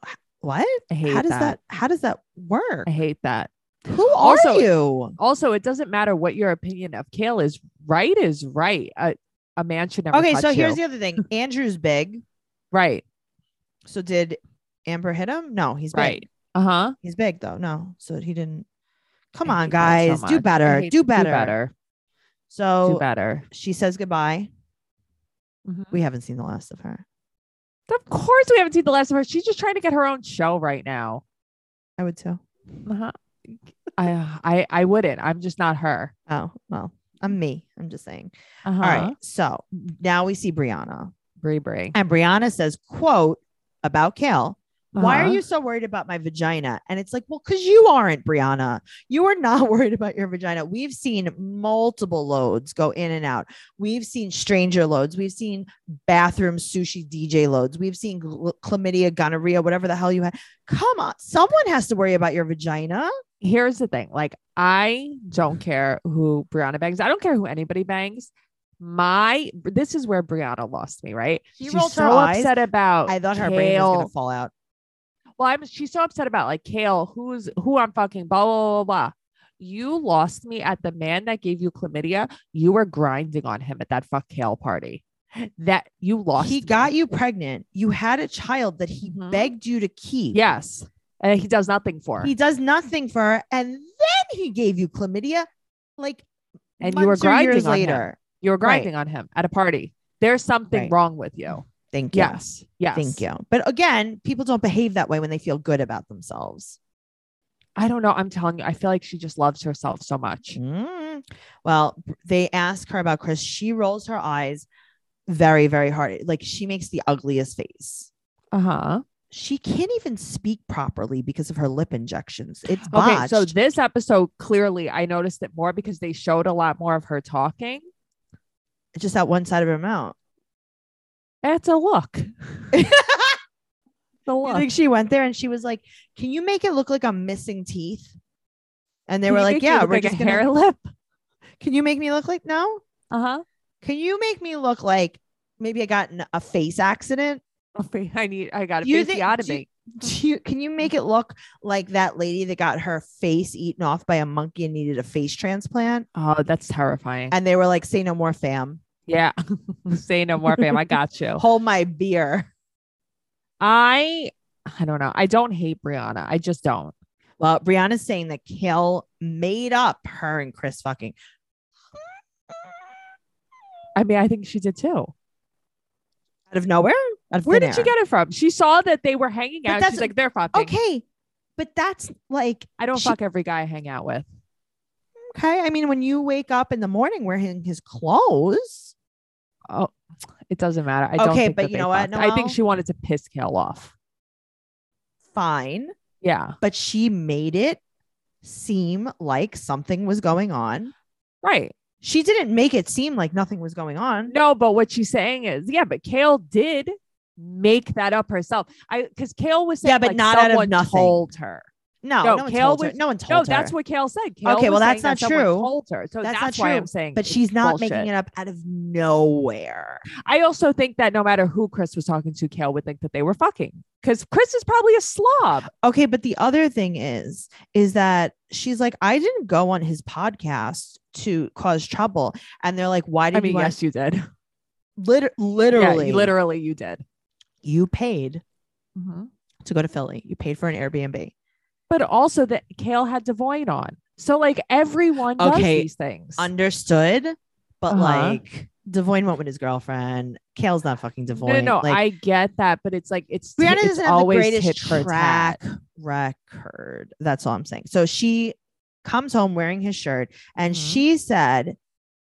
S2: h- what?
S3: I hate
S2: How does that.
S3: that.
S2: how does that work?
S3: I hate that.
S2: Who are
S3: Also-
S2: you?
S3: Also, it doesn't matter what your opinion of Kale is. Right is right. A, a man should never.
S2: Okay,
S3: touch
S2: so here's
S3: you.
S2: the other thing. Andrew's big.
S3: right,
S2: So did Amber hit him? No, he's big.
S3: right. Uh huh.
S2: He's big though. No. So he didn't. Come
S3: I
S2: on,
S3: hate that so
S2: guys. do
S3: much. I
S2: better.
S3: hate-
S2: Do better.
S3: Do better. do
S2: So
S3: better.
S2: she says goodbye.
S3: Mhm.
S2: We haven't seen the last of her.
S3: Of course, we haven't seen the last of her. She's just trying to get her own show right now.
S2: I would too.
S3: Uh-huh. I, I, I wouldn't. I'm just not her.
S2: Oh, well, I'm me. I'm just saying.
S3: Uh-huh.
S2: All right. So now we see Brianna.
S3: Brie Brie.
S2: And Brianna says, quote, about Kale, why are
S3: Uh-huh.
S2: you so worried about my vagina? And it's like, well, because you aren't, Brianna. You are not worried about your vagina. We've seen multiple loads go in and out. We've seen stranger loads. We've seen bathroom sushi DJ loads. We've seen gl- chlamydia, gonorrhea, whatever the hell you had. Come on. Someone has to worry about your vagina.
S3: here's the thing like i
S2: Mm-hmm.
S3: don't care who brianna bangs i don't care who anybody bangs my this is where brianna lost me right
S2: She rolled her
S3: so
S2: eyes.
S3: upset about
S2: I thought her
S3: kale.
S2: brain was going to fall out.
S3: well i'm she's so upset about like kale who's who i'm fucking blah blah blah blah you lost me at the man that gave you chlamydia you were grinding on him at that fuck kale party that you lost
S2: He
S3: me.
S2: got you pregnant. You had a child that he
S3: Mhm.
S2: begged you to keep.
S3: yes and he does nothing for her.
S2: He does nothing for her. And then he gave you chlamydia like
S3: And you were
S2: months or years
S3: grinding on him.
S2: later.
S3: you were
S2: right.
S3: grinding on him at a party there's something
S2: Right.
S3: wrong with you
S2: Thank you.
S3: yes yes
S2: Thank you. But again, people don't behave that way when they feel good about themselves.
S3: I don't know. I'm telling you, I feel like she just loves herself so much.
S2: Mm. Well, they ask her about Chris. She rolls her eyes very, very hard. Like she makes the ugliest face.
S3: Uh
S2: Uh-huh.
S3: huh.
S2: She can't even speak properly because of her lip injections. It's botched.
S3: Okay. So this episode, clearly, I noticed it more because they showed a lot more of her talking.
S2: just that one side of her mouth.
S3: It's a look.
S2: I
S3: The look.
S2: think she went there and she was like, "Can you make it look like I'm missing teeth?" And they
S3: Can
S2: were
S3: you
S2: like,
S3: make me
S2: "Yeah,
S3: look
S2: we're
S3: like
S2: just
S3: a
S2: gonna
S3: hair lip.
S2: Can you make me look like no?
S3: Uh huh.
S2: Uh-huh. Can you make me look like maybe I got in a face accident?
S3: I need. I got a
S2: You think-
S3: fasciotomy.
S2: do you- Do you, can you make it look like that lady that got her face eaten off by a monkey and needed a face transplant?
S3: oh, that's terrifying.
S2: And they were like, "Say no more, fam.
S3: yeah. Say no more, fam. I got you.
S2: Hold my beer."
S3: I. I don't know. I don't hate Brianna. I just don't.
S2: Well, Brianna's saying that Kale made up her and Chris fucking.
S3: I mean, I think she did too.
S2: out of nowhere. Out of
S3: Where
S2: thin
S3: did she
S2: air.
S3: get it from? She saw that they were hanging
S2: But
S3: out.
S2: that's-
S3: She's like, they're fucking.
S2: Okay, but that's like
S3: I don't
S2: she-
S3: fuck every guy I hang out with.
S2: okay. I mean, when you wake up in the morning wearing his clothes,
S3: Oh, it doesn't matter. I don't
S2: Okay,
S3: think
S2: but
S3: that
S2: you
S3: they
S2: know what,
S3: fucked. I
S2: Noelle?
S3: think she wanted to piss Kale off.
S2: fine.
S3: Yeah.
S2: But she made it seem like something was going on.
S3: Right.
S2: She didn't make it seem like nothing was going on.
S3: No, but what she's saying is, yeah, but Kale did make that up herself. I because Kale was saying,
S2: Yeah, but
S3: like,
S2: not out of
S3: someone
S2: nothing.
S3: Told her.
S2: No,
S3: No,
S2: no, one
S3: Kale
S2: told her.
S3: was-
S2: No one told
S3: no,
S2: her.
S3: that's what Kale said. Kale
S2: Okay,
S3: was
S2: well, that's
S3: saying that
S2: not
S3: someone
S2: true.
S3: Told her. So
S2: That's
S3: that's,
S2: not
S3: why
S2: true.
S3: I'm saying.
S2: but
S3: it's
S2: she's not
S3: bullshit.
S2: making it up out of nowhere.
S3: I also think that no matter who Chris was talking to, Kale would think that they were fucking because Chris is probably a slob.
S2: Okay, but the other thing is, is that she's like, I didn't go on his podcast to cause trouble, and they're like, Why did
S3: I mean,
S2: you?
S3: yes, you did.
S2: Liter-
S3: Literally,
S2: literally,
S3: yeah, literally, you did.
S2: you paid Mm-hmm. to go to Philly. You paid for an Airbnb.
S3: But also that Kale had Devoyne on. So like everyone does
S2: Okay,
S3: these things.
S2: Understood, but
S3: Uh-huh.
S2: like, Devoyne went with his girlfriend. Kale's not fucking
S3: no,
S2: Devoyne.
S3: no, no,
S2: like,
S3: I get that, but it's like it's,
S2: Brianna
S3: it's
S2: doesn't have the
S3: always
S2: greatest
S3: tit for
S2: track
S3: tat.
S2: record. That's all I'm saying. So she comes home wearing his shirt and
S3: Mhm.
S2: she said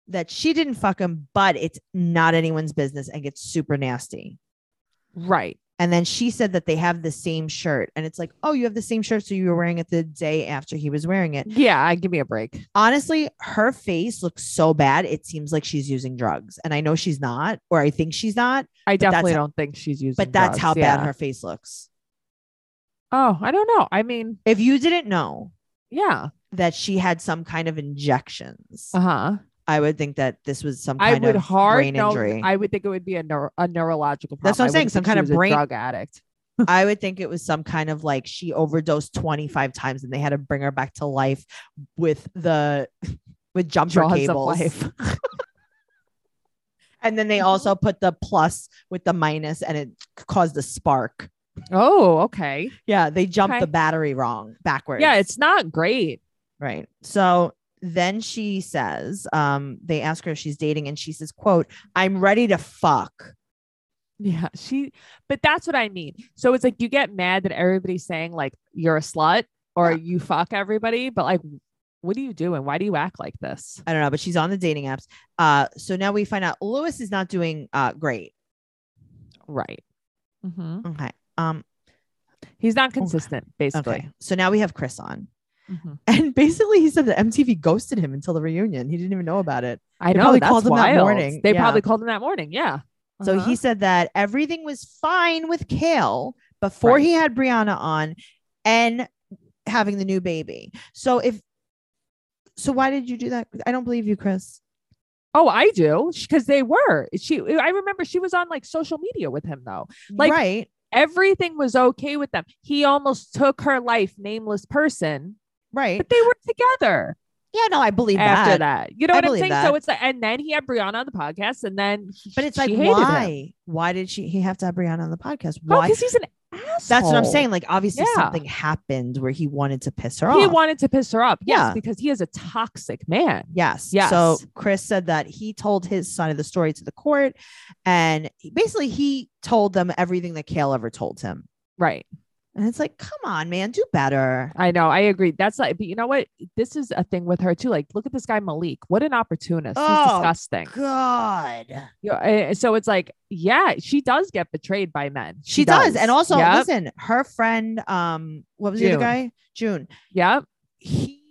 S2: that she didn't fuck him, but it's not anyone's business and gets super nasty.
S3: Right.
S2: And then she said that they have the same shirt. And it's like, oh, you have the same shirt. So you were wearing it the day after he was wearing it.
S3: Yeah. I give me a break.
S2: Honestly, her face looks so bad. It seems like she's using drugs. And I know she's not, or I think she's not,
S3: I
S2: that's-
S3: definitely don't think she's using.
S2: but that's
S3: drugs,
S2: how
S3: yeah.
S2: bad her face looks.
S3: Oh, I don't know. I mean,
S2: If you didn't know,
S3: yeah.
S2: that she had some kind of injections.
S3: Uh huh.
S2: I would think that this was some
S3: I
S2: kind
S3: would
S2: of
S3: hard
S2: brain
S3: know.
S2: injury. I,
S3: I would think it would be a, neuro- a neurological problem.
S2: That's what I'm
S3: I wouldn't
S2: saying, some kind
S3: think she
S2: of
S3: was a
S2: brain-
S3: drug addict.
S2: would think it was some kind of like she overdosed 25 times and they had to bring her back to life with the with jumper
S3: Jaws of
S2: cables.
S3: life. Mm-hmm.
S2: and then they also put the plus with the minus and it caused a spark.
S3: Oh, okay.
S2: Yeah, they jumped
S3: Okay.
S2: the battery wrong backwards.
S3: Yeah, it's not great.
S2: Right. So then she says, um, they ask her if she's dating, and she says, quote, I'm ready to fuck.
S3: Yeah, she, but that's what I mean. So it's like you get mad that everybody's saying like you're a slut or
S2: Yeah.
S3: you fuck everybody, but like, what are you doing? Why do you act like this?
S2: I don't know, but she's on the dating apps. Uh, so now we find out Lewis is not doing uh great.
S3: Right. hmm
S2: Okay. Um,
S3: He's not consistent, basically.
S2: okay. Mm-hmm. So now we have Chris on.
S3: Mhm.
S2: And basically he said that MTV ghosted him until the reunion. He didn't even know about it.
S3: I
S2: They
S3: know.
S2: probably
S3: that's
S2: called him that
S3: wild.
S2: morning,
S3: They
S2: yeah.
S3: probably called him that morning. Yeah.
S2: So
S3: Uh-huh.
S2: he said that everything was fine with Kale before he had Brianna on and having the new baby. So if so why did you do that? I don't believe you, Chris.
S3: Oh, I do because they were. She, I remember she was on like social media with him though. Like-
S2: right.
S3: Everything was okay with them. He almost took her life, nameless person,
S2: Right.
S3: but they were together.
S2: Yeah, no, I believe
S3: after
S2: that.
S3: that. You know
S2: I
S3: what I'm
S2: believe
S3: saying?
S2: that.
S3: So it's like, and then he had Brianna on the podcast, and then he-
S2: But it's
S3: she
S2: like,
S3: hated him.
S2: why? Why did she? He have to have Brianna on the podcast.
S3: Oh,
S2: Why?
S3: because he's an asshole.
S2: That's what I'm saying. Like, obviously,
S3: Yeah.
S2: something happened where he wanted to piss her
S3: He
S2: off.
S3: wanted to piss her up. Yes,
S2: Yeah.
S3: because he is a toxic man.
S2: yes.
S3: Yes.
S2: So Chris said that he told his side of the story to the court, and he- basically, he told them everything that Kale ever told him.
S3: Right.
S2: And it's like, come on, man, do better.
S3: I know. I agree. That's like, but you know what? This is a thing with her too. Like, look at this guy Malik. What an opportunist.
S2: Oh,
S3: He's disgusting.
S2: God,
S3: You know, eh, so it's like, yeah, she does get betrayed by men.
S2: she, does. And also,
S3: yep,
S2: listen, her friend, um, what was the
S3: June.
S2: other guy? June.
S3: yep.
S2: He,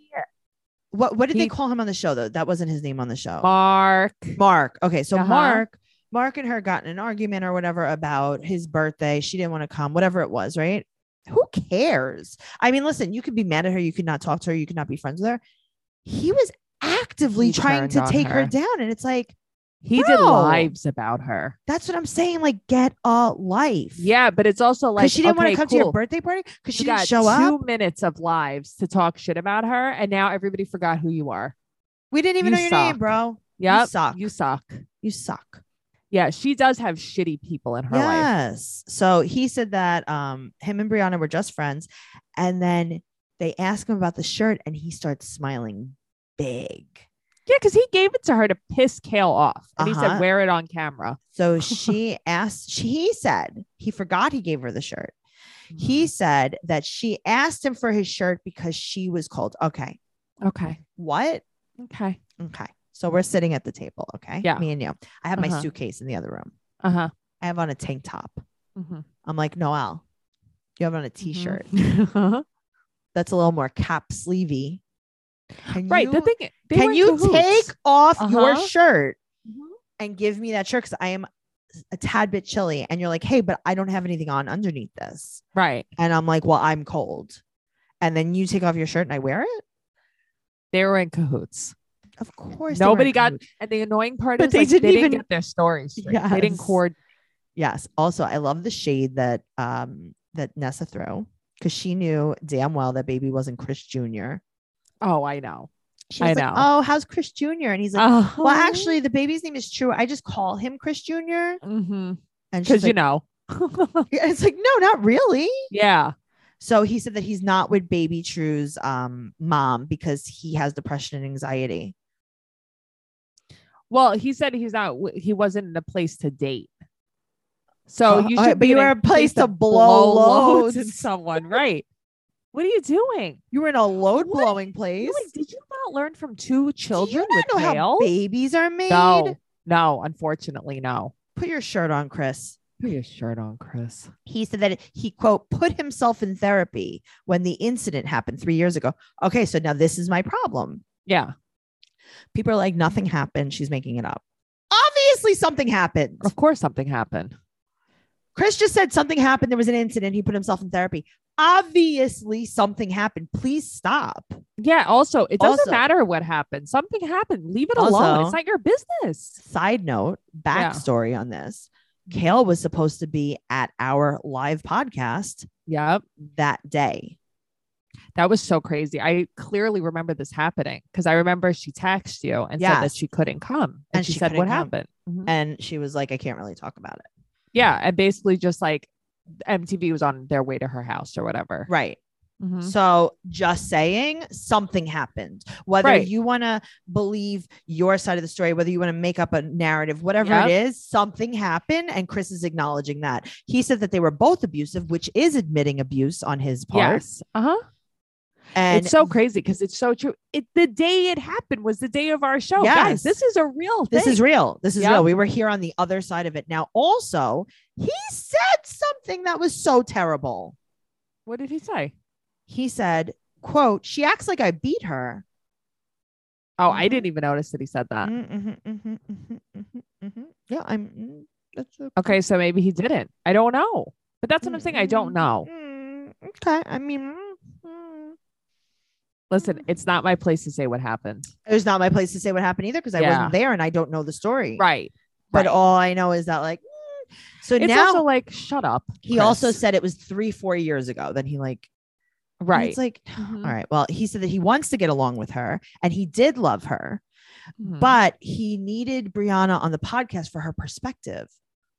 S2: what, what did they
S3: He-
S2: call him on the show though? That wasn't his name on the show.
S3: Mark.
S2: Mark. Okay, so
S3: Uh-huh.
S2: Mark, Mark and her got in an argument or whatever about his birthday. She didn't want to come, whatever it was, right? Who cares? I mean, listen, you could be mad at her, you could not talk to her, you could not be friends with her. He was actively
S3: He
S2: trying
S3: turned
S2: to
S3: on
S2: take her.
S3: her.
S2: down, and it's like
S3: He did
S2: Bro.
S3: lives about her.
S2: that's what I'm saying. Like, get a life.
S3: Yeah, but it's also
S2: because
S3: like
S2: she didn't want
S3: okay,
S2: to come
S3: cool.
S2: to your birthday party because she
S3: you
S2: didn't
S3: got
S2: show
S3: two
S2: up.
S3: minutes of lives to talk shit about her, and now everybody forgot who you are.
S2: We didn't even
S3: You
S2: know your name,
S3: suck.
S2: bro.
S3: Yep,
S2: suck.
S3: You suck.
S2: You suck.
S3: Yeah, she does have shitty people in her life.
S2: yes. So he said that um, him and Brianna were just friends, and then they ask him about the shirt, and he starts smiling big.
S3: Yeah, because he gave it to her to piss Kale off, and he
S2: Uh-huh.
S3: said, "Wear it on camera."
S2: So she asked. She, he said he forgot he gave her the shirt.
S3: Mm-hmm.
S2: He said that she asked him for his shirt because she was cold. Okay,
S3: okay,
S2: what?
S3: okay,
S2: Okay. So we're sitting at the table. Okay.
S3: Yeah.
S2: Me and you. I have my
S3: Uh-huh.
S2: suitcase in the other room.
S3: uh huh.
S2: I have on a tank top. I'm like, Noel, you have on a t-shirt
S3: mm-hmm.
S2: that's a little more cap sleevey. Can
S3: right.
S2: You,
S3: the thing. They were
S2: can
S3: in
S2: you
S3: cahoots.
S2: take off your
S3: Uh-huh.
S2: shirt
S3: Mhm.
S2: and give me that shirt? Because I am a tad bit chilly. And you're like, hey, but I don't have anything on underneath this.
S3: Right.
S2: And I'm like, well, I'm cold. And then you take off your shirt and I wear it.
S3: They were in cahoots.
S2: Of course. they were in
S3: Nobody got.
S2: cahoots.
S3: And the annoying part
S2: But
S3: is
S2: they
S3: like,
S2: didn't
S3: they didn't
S2: even-
S3: get their stories. straight. They didn't
S2: Yes.
S3: cord.
S2: Yes. Also, I love the shade that um that Nessa threw because she knew damn well that baby wasn't Chris Jr.
S3: Oh, I know.
S2: She
S3: I
S2: was
S3: know.
S2: like, oh, how's Chris Jr.? And he's like,
S3: Oh.
S2: well, actually, the baby's name is True. I just call him Chris Jr.
S3: Mhm.
S2: And she's
S3: because you
S2: like,
S3: know,
S2: and it's like, no, not really.
S3: yeah,
S2: So he said that he's not with baby True's um mom because he has depression and anxiety.
S3: Well, he said he's not. w- He wasn't in a place to date. So
S2: Uh,
S3: you
S2: alright, but
S3: should. be
S2: you
S3: in
S2: were a place to blow loads.
S3: in someone, right? What are you doing?
S2: You were in a load
S3: What?
S2: blowing
S3: You,
S2: place.
S3: like, did you not learn from two
S2: Do you
S3: children
S2: not
S3: with
S2: know how
S3: tails?
S2: babies are made?
S3: No, no. Unfortunately, no.
S2: Put your shirt on, Chris.
S3: Put your shirt on, Chris.
S2: He said that he quote put himself in therapy when the incident happened three years ago. Okay, so now this is my problem.
S3: Yeah,
S2: People are like, nothing happened. She's making it up. Obviously, something happened.
S3: of course something happened.
S2: Chris just said something happened. There was an incident. He put himself in therapy. Obviously, something happened. Please stop.
S3: Yeah. Also, it doesn't
S2: Also-
S3: matter what happened. Something happened. Leave it alone.
S2: Also-
S3: It's not your business.
S2: Side note,
S3: Yeah.
S2: backstory on this. Kale was supposed to be at our live podcast
S3: Yep.
S2: that day.
S3: That was so crazy. I clearly remember this happening because I remember she texted you and said that
S2: Yes.
S3: she couldn't come. And,
S2: And
S3: she,
S2: she
S3: said, What
S2: couldn't come. Mm-hmm.
S3: happened? Mhm.
S2: And she was like, I can't really talk about it.
S3: Yeah. And basically, just like MTV was on their way to her house or whatever.
S2: Right.
S3: Mhm.
S2: So just saying something happened, whether
S3: Right.
S2: you want to believe your side of the story, whether you want to make up a narrative, whatever it is, something happened. And Chris is acknowledging that. He said that they were both abusive, which is admitting abuse on his part.
S3: Yes. Uh huh.
S2: And
S3: It's so crazy because it's so true. It the day it happened was the day of our show. Guys,
S2: Yes.
S3: this is a real
S2: this
S3: thing.
S2: is real. This is
S3: Yep.
S2: real. We were here on the other side of it. Now, also, he said something that was so terrible.
S3: what did he say?
S2: He said, quote, she acts like I beat her.
S3: Oh, I
S2: Mhm.
S3: didn't even notice that he said that.
S2: Mm, mhm, mhm, mhm, mhm, mhm. Yeah, I'm. mm, That's a-
S3: Okay, so maybe he didn't. I don't know. But that's what I'm saying. I don't
S2: Mm,
S3: know.
S2: mm, Okay. I mean, mm, mm.
S3: Listen, it's not my place to say what happened.
S2: it was not my place to say what happened either because I
S3: Yeah.
S2: wasn't there and I don't know the story.
S3: Right.
S2: But
S3: right.
S2: all I know is that, like, mm. so
S3: it's
S2: now
S3: also like, shut up.
S2: he also
S3: Chris.
S2: said it was three, four years ago. Then he, like, and
S3: right.
S2: It's like, "Mm-hmm,
S3: Mhm.
S2: all right. Well, he said that he wants to get along with her and he did love her,
S3: Mhm.
S2: but he needed Brianna on the podcast for her perspective.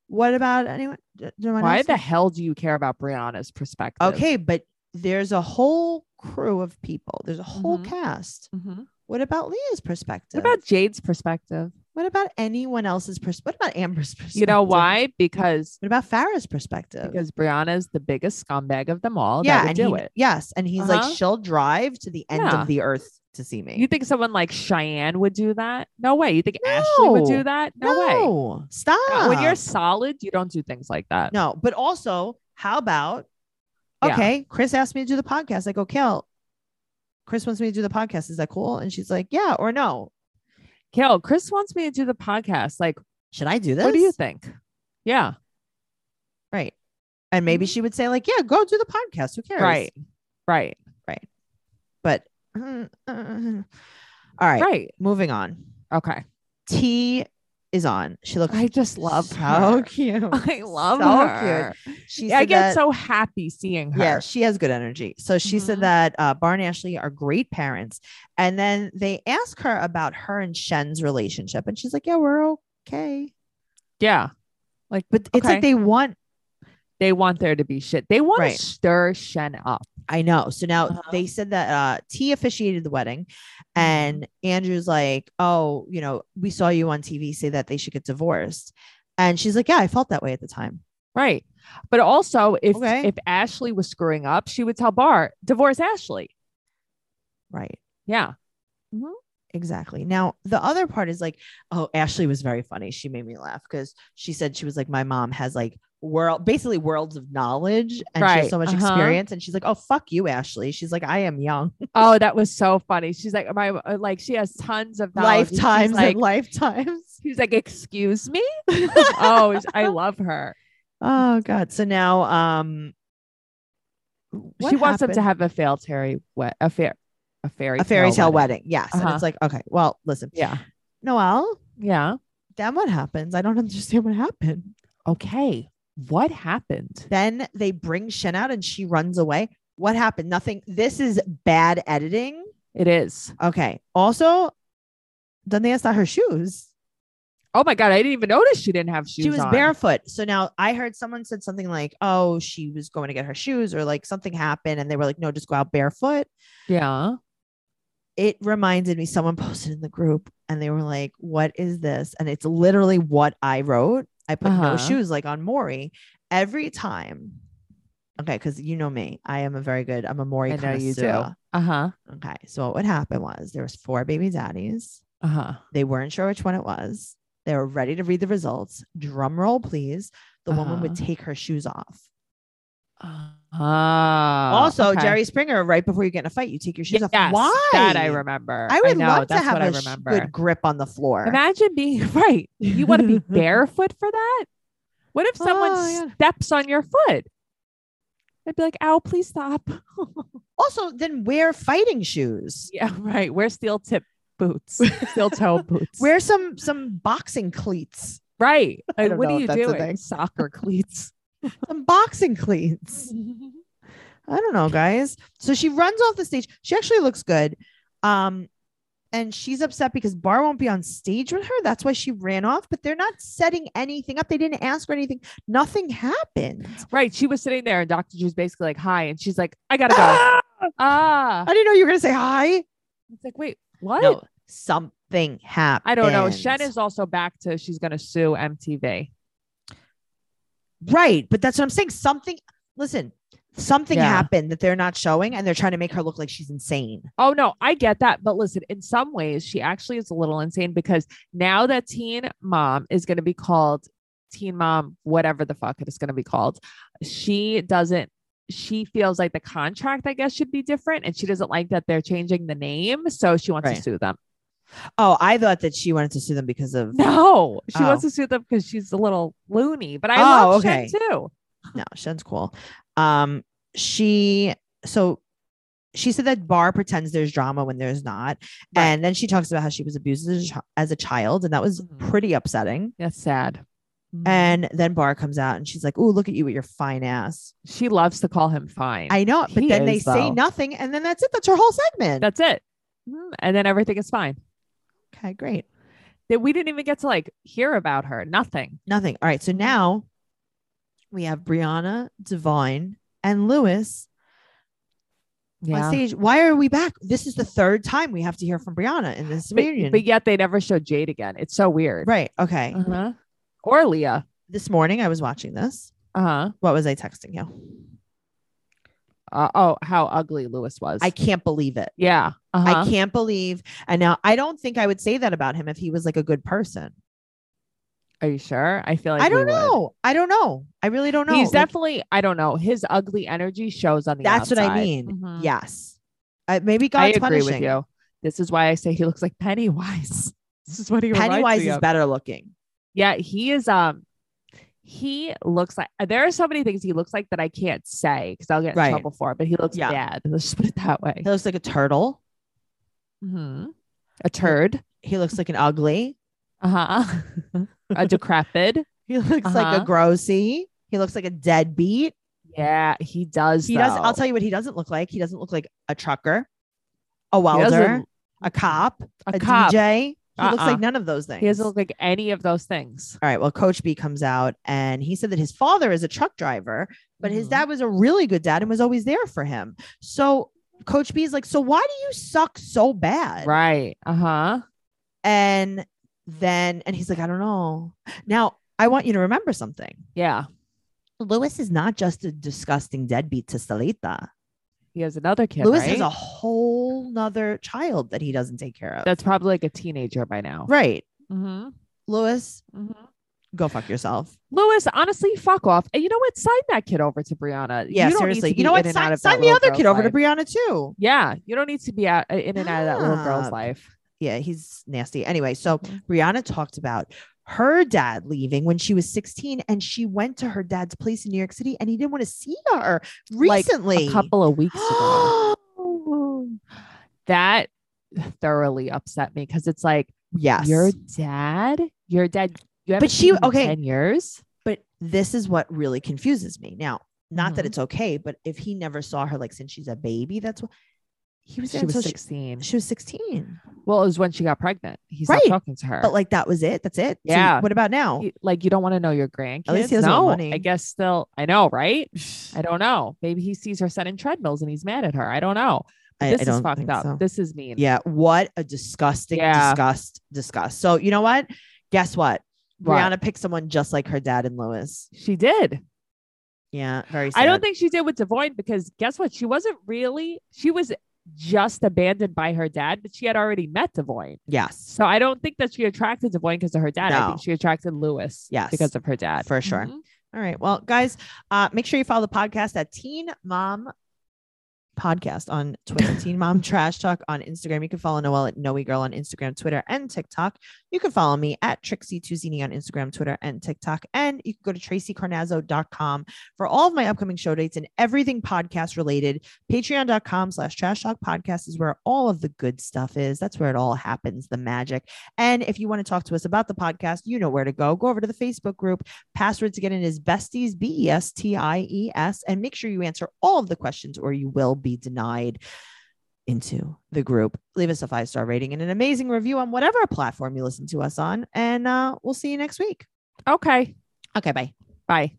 S2: What about anyone? d- no one
S3: why
S2: else?
S3: the hell do you care about Brianna's perspective?
S2: Okay, but there's a whole crew of people. There's a whole
S3: Mhm.
S2: cast.
S3: Mhm.
S2: What about Leah's perspective?
S3: What about Jade's perspective?
S2: what about anyone else's perspective? What about Amber's perspective?
S3: You know why? Because
S2: What about Farah's perspective?
S3: because Brianna's the biggest scumbag of them all. that
S2: yeah,
S3: would
S2: and
S3: do
S2: he,
S3: it.
S2: yes, and he's
S3: Uh-huh.
S2: like, she'll drive to the end
S3: Yeah.
S2: of the earth to see me.
S3: You think someone like Cheyenne would do that? No way. You think Ashley would do
S2: No.
S3: that? No, way.
S2: no, stop.
S3: No, When you're solid, you don't do things like that.
S2: no, but also, how about?
S3: Yeah.
S2: Okay, Chris asked me to do the podcast. I go, Kel. Chris wants me to do the podcast. Is that cool? And she's like, Yeah or no.
S3: Kale, Chris wants me to do the podcast. Like,
S2: Should I do this?
S3: what do you think? Yeah.
S2: Right. And maybe
S3: Mhm.
S2: she would say, like, yeah, go do the podcast. Who cares?
S3: Right. Right.
S2: But mm, uh, all right,
S3: Right.
S2: moving on.
S3: Okay.
S2: T is on. She looks
S3: I just love
S2: so
S3: her.
S2: cute.
S3: I love
S2: So
S3: her.
S2: cute. She
S3: I
S2: said
S3: get
S2: that-
S3: so happy seeing her.
S2: yeah, she has good energy. So she
S3: Mhm.
S2: said that uh, Barn Ashley are great parents. And then they ask her about her and Shen's relationship. And she's like, yeah, we're okay.
S3: Yeah.
S2: But it's
S3: Okay.
S2: like they want,
S3: They want there to be shit. They want
S2: Right.
S3: to stir Shen up.
S2: I know. So now
S3: Uh-huh.
S2: they said that uh, T officiated the wedding. And
S3: Mm-hmm.
S2: Andrew's like, oh, you know, we saw you on TV say that they should get divorced. And she's like, yeah, I felt that way at the time.
S3: Right. But also if
S2: Okay.
S3: if Ashley was screwing up, she would tell Bar, divorce Ashley.
S2: Right.
S3: Yeah.
S2: exactly. Now, the other part is like, oh, Ashley was very funny. She made me laugh because she said she was like, my mom has like world, basically worlds of knowledge and she
S3: Right,
S2: has so much
S3: uh-huh.
S2: experience. And she's like, oh, fuck you, Ashley. She's like, I am young,
S3: Oh, that was so funny. She's like, my uh, like she has tons of knowledge. She's
S2: lifetimes
S3: Like,
S2: and lifetimes.
S3: he's like, excuse me. oh, I love her.
S2: Oh God. So now, um, what
S3: she wants them to
S2: happened?
S3: have a failed fairy we- a fair a fairy
S2: a fairy tale wedding. Yes. And
S3: Uh-huh.
S2: it's like, okay, well, listen,
S3: Yeah.
S2: Noelle,
S3: Yeah.
S2: then what happens? I don't understand what happened.
S3: Okay. What happened?
S2: Then they bring Shen out and she runs away. What happened? Nothing. This is bad editing.
S3: It is.
S2: Okay. Also, then they asked her shoes.
S3: Oh my god, I didn't even notice she didn't have shoes.
S2: she was
S3: on.
S2: barefoot. So now I heard someone said something like, oh, she was going to get her shoes or like something happened. And they were like, no, just go out barefoot.
S3: Yeah.
S2: It reminded me, someone posted in the group and they were like, what is this? And it's literally what I wrote. I put no
S3: Uh-huh.
S2: shoes like on Maury every time. Okay. Cause you know me, I am a very good, I'm a Maury.
S3: I know you do.
S2: connoisseur.
S3: Uh huh.
S2: Okay. So what would happen was there was four baby daddies.
S3: Uh huh.
S2: They weren't sure which one it was. They were ready to read the results. Drum roll, please. The woman would
S3: Uh-huh.
S2: take her shoes off.
S3: also,
S2: also, Jerry Springer, right before you get in a fight, you take your shoes off.
S3: Oh, Ah, Yes,
S2: Why?
S3: That I remember.
S2: I would
S3: know,
S2: love to
S3: that's
S2: have
S3: what
S2: a
S3: I
S2: sh-
S3: remember.
S2: good grip on the floor.
S3: Imagine being right. You want to be barefoot for that? What if someone
S2: Oh, yeah.
S3: steps on your foot? I'd be like, ow, please stop.
S2: also, then wear fighting shoes.
S3: yeah, right. Wear steel tip boots, steel toe boots.
S2: Wear some some boxing cleats.
S3: right.
S2: I
S3: Like,
S2: don't
S3: what
S2: know
S3: are
S2: if
S3: you
S2: that's a
S3: doing?
S2: thing.
S3: Soccer cleats.
S2: Some boxing cleats. I don't know, guys. So she runs off the stage. She actually looks good. Um, and she's upset because Bar won't be on stage with her. That's why she ran off, but they're not setting anything up. They didn't ask for anything. Nothing happened.
S3: right. She was sitting there and Dr. Drew's basically like, hi. And she's like, I got to go. ah.
S2: I didn't know you were gonna say hi.
S3: It's like, wait, what?
S2: No, something happened.
S3: I don't know. Shen is also back to she's going to sue MTV.
S2: right, but that's what I'm saying. Something listen, something
S3: Yeah.
S2: happened that they're not showing, and they're trying to make her look like she's insane.
S3: Oh no, I get that, but listen, in some ways she actually is a little insane because now that Teen Mom is going to be called Teen Mom, whatever the fuck it is going to be called, she doesn't she feels like the contract I guess should be different and she doesn't like that they're changing the name, so she wants
S2: Right.
S3: to sue them.
S2: Oh, I thought that she wanted to sue them because of
S3: No, she
S2: Oh.
S3: wants to sue them because she's a little loony, but I
S2: Oh,
S3: love Shen
S2: okay.
S3: too.
S2: no, Shen's cool. Um, she so she said that Barr pretends there's drama when there's not,
S3: Right.
S2: and then she talks about how she was abused as a, chi- as a child, and that was
S3: Mhm.
S2: pretty upsetting.
S3: That's sad. Mhm.
S2: And then Barr comes out and she's like, "Oh, look at you with your fine ass."
S3: she loves to call him fine.
S2: I know, it, but
S3: He
S2: then they
S3: is,
S2: say
S3: though.
S2: nothing, and then that's it. That's her whole segment.
S3: That's it. Mhm. And then everything is fine.
S2: okay, great.
S3: that we didn't even get to like hear about her. Nothing.
S2: Nothing. All right, so now we have Brianna Devine and Lewis on stage. Why are we back? This is the third time we have to hear from Brianna in this
S3: But,
S2: reunion.
S3: but yet they never show Jade again. It's so weird.
S2: Right. Mm-hmm. Okay.
S3: Uh-huh. Or Leah.
S2: This morning I was watching this.
S3: Uh-huh.
S2: What was I texting you?
S3: Uh, oh, how ugly Lewis was.
S2: I can't believe it.
S3: yeah. Uh-huh.
S2: I can't believe. And now I don't think I would say that about him if he was like a good person.
S3: Are you sure? I feel like
S2: I
S3: we
S2: don't
S3: would.
S2: know. I don't know. I really don't know.
S3: He's
S2: Like,
S3: definitely, I don't know. His ugly energy shows on the
S2: That's what I
S3: outside.
S2: mean.
S3: Mhm.
S2: yes. Uh, maybe
S3: I
S2: God's
S3: agree
S2: punishing.
S3: with you. This is why I say he looks like Pennywise. This is what he reminds
S2: Pennywise
S3: me
S2: is
S3: of.
S2: better looking.
S3: Yeah, he is. Um, he looks like there are so many things he looks like that I can't say because I'll get in
S2: Right.
S3: trouble for it. But he looks
S2: Yeah.
S3: bad. Let's just put it that way.
S2: He looks like a turtle.
S3: hmm A turd.
S2: He looks like an ugly.
S3: Uh huh. a decrepit.
S2: He looks like a
S3: Uh-huh.
S2: grossy. He looks like a deadbeat.
S3: Yeah, he does.
S2: He does. I'll
S3: though.
S2: tell you what he doesn't look like. He doesn't look like a trucker, a
S3: He
S2: welder,
S3: doesn't-
S2: a cop,
S3: a,
S2: a,
S3: cop.
S2: DJ. He looks
S3: Uh-uh.
S2: like none of those things.
S3: He doesn't look like any of those things.
S2: All right. Well, Coach B comes out and he said that his father is a truck driver, but his
S3: Mhm.
S2: dad was a really good dad and was always there for him. So Coach B is like, So why do you suck so bad?
S3: Right. Uh huh.
S2: And then, and he's like, I don't know. Now, I want you to remember something.
S3: Yeah.
S2: Lewis is not just a disgusting deadbeat to Salita.
S3: He has another kid.
S2: Lewis has
S3: right?
S2: a whole whole nother child that he doesn't take care of.
S3: That's probably like a teenager by now.
S2: right.
S3: Mm-hmm.
S2: Lewis,
S3: Mm-hmm.
S2: go fuck yourself.
S3: Lewis, honestly, fuck off. And you know what? Sign that kid over to Brianna.
S2: Yeah,
S3: you don't
S2: seriously.
S3: Need to be
S2: you know what?
S3: In and out
S2: Sign,
S3: of that
S2: sign the
S3: little
S2: other
S3: girl's
S2: kid over
S3: life.
S2: to Brianna too.
S3: Yeah, you don't need to be out, in and out of that little girl's
S2: Stop.
S3: life.
S2: Yeah, he's nasty. Anyway, so
S3: Mm-hmm.
S2: Brianna talked about her dad leaving when she was 16 and she went to her dad's place in New York City and he didn't want to see her
S3: Like,
S2: recently.
S3: a couple of weeks ago. that thoroughly upset me because it's like
S2: yes.
S3: your dad, your dad, you haven't
S2: But she-
S3: seen him in
S2: okay.
S3: ten years.
S2: But this is what really confuses me. Now, not that
S3: Mhm.
S2: it's okay, but if he never saw her like since she's a baby, that's what he was there
S3: She was
S2: until she-
S3: sixteen.
S2: she was 16.
S3: well, it was when she got pregnant. He's
S2: Right.
S3: not talking to her.
S2: But like that was it. That's it. So
S3: Yeah.
S2: what about now?
S3: You- like you don't want to know your grandkids.
S2: At least he doesn't
S3: no,
S2: want money.
S3: I guess still. I know, right? I don't know. Maybe he sees her setting treadmills and he's mad at her. I don't know.
S2: I,
S3: this
S2: I don't
S3: is fucked
S2: think
S3: up.
S2: so.
S3: This is mean.
S2: Yeah. What a disgusting,
S3: Yeah.
S2: disgust, disgust. So you know what? Guess what?
S3: What?
S2: Brianna picked someone just like her dad and Lewis.
S3: She did.
S2: Yeah. Very
S3: I don't
S2: sad.
S3: think she did with Devoyne because guess what? She wasn't really. She was just abandoned by her dad, but she had already met Devoyne.
S2: yes.
S3: So I don't think that she attracted Devoyne because of her dad. I
S2: No.
S3: think she attracted Lewis
S2: Yes.
S3: because of her dad.
S2: For sure.
S3: Mhm.
S2: All right. Well, guys, uh, make sure you follow the podcast at Teen Mom Podcast on Twitter, Teen Mom Trash Talk on Instagram. You can follow Noelle at Noe Girl on Instagram, Twitter, and TikTok. You can follow me at Trixie Tuzini on Instagram, Twitter, and TikTok. And you can go to tracycarnazzo.com for all of my upcoming show dates and everything podcast related. Patreon.com slash trash talk podcast is where all of the good stuff is. That's where it all happens, the magic. And if you want to talk to us about the podcast, you know where to go. Go over to the Facebook group password to get in is besties b e s t i e s and make sure you answer all of the questions or you will be denied into the group leave us a five star rating and an amazing review on whatever platform you listen to us on and uh, we'll see you next week
S3: Okay.
S2: okay bye
S3: Bye.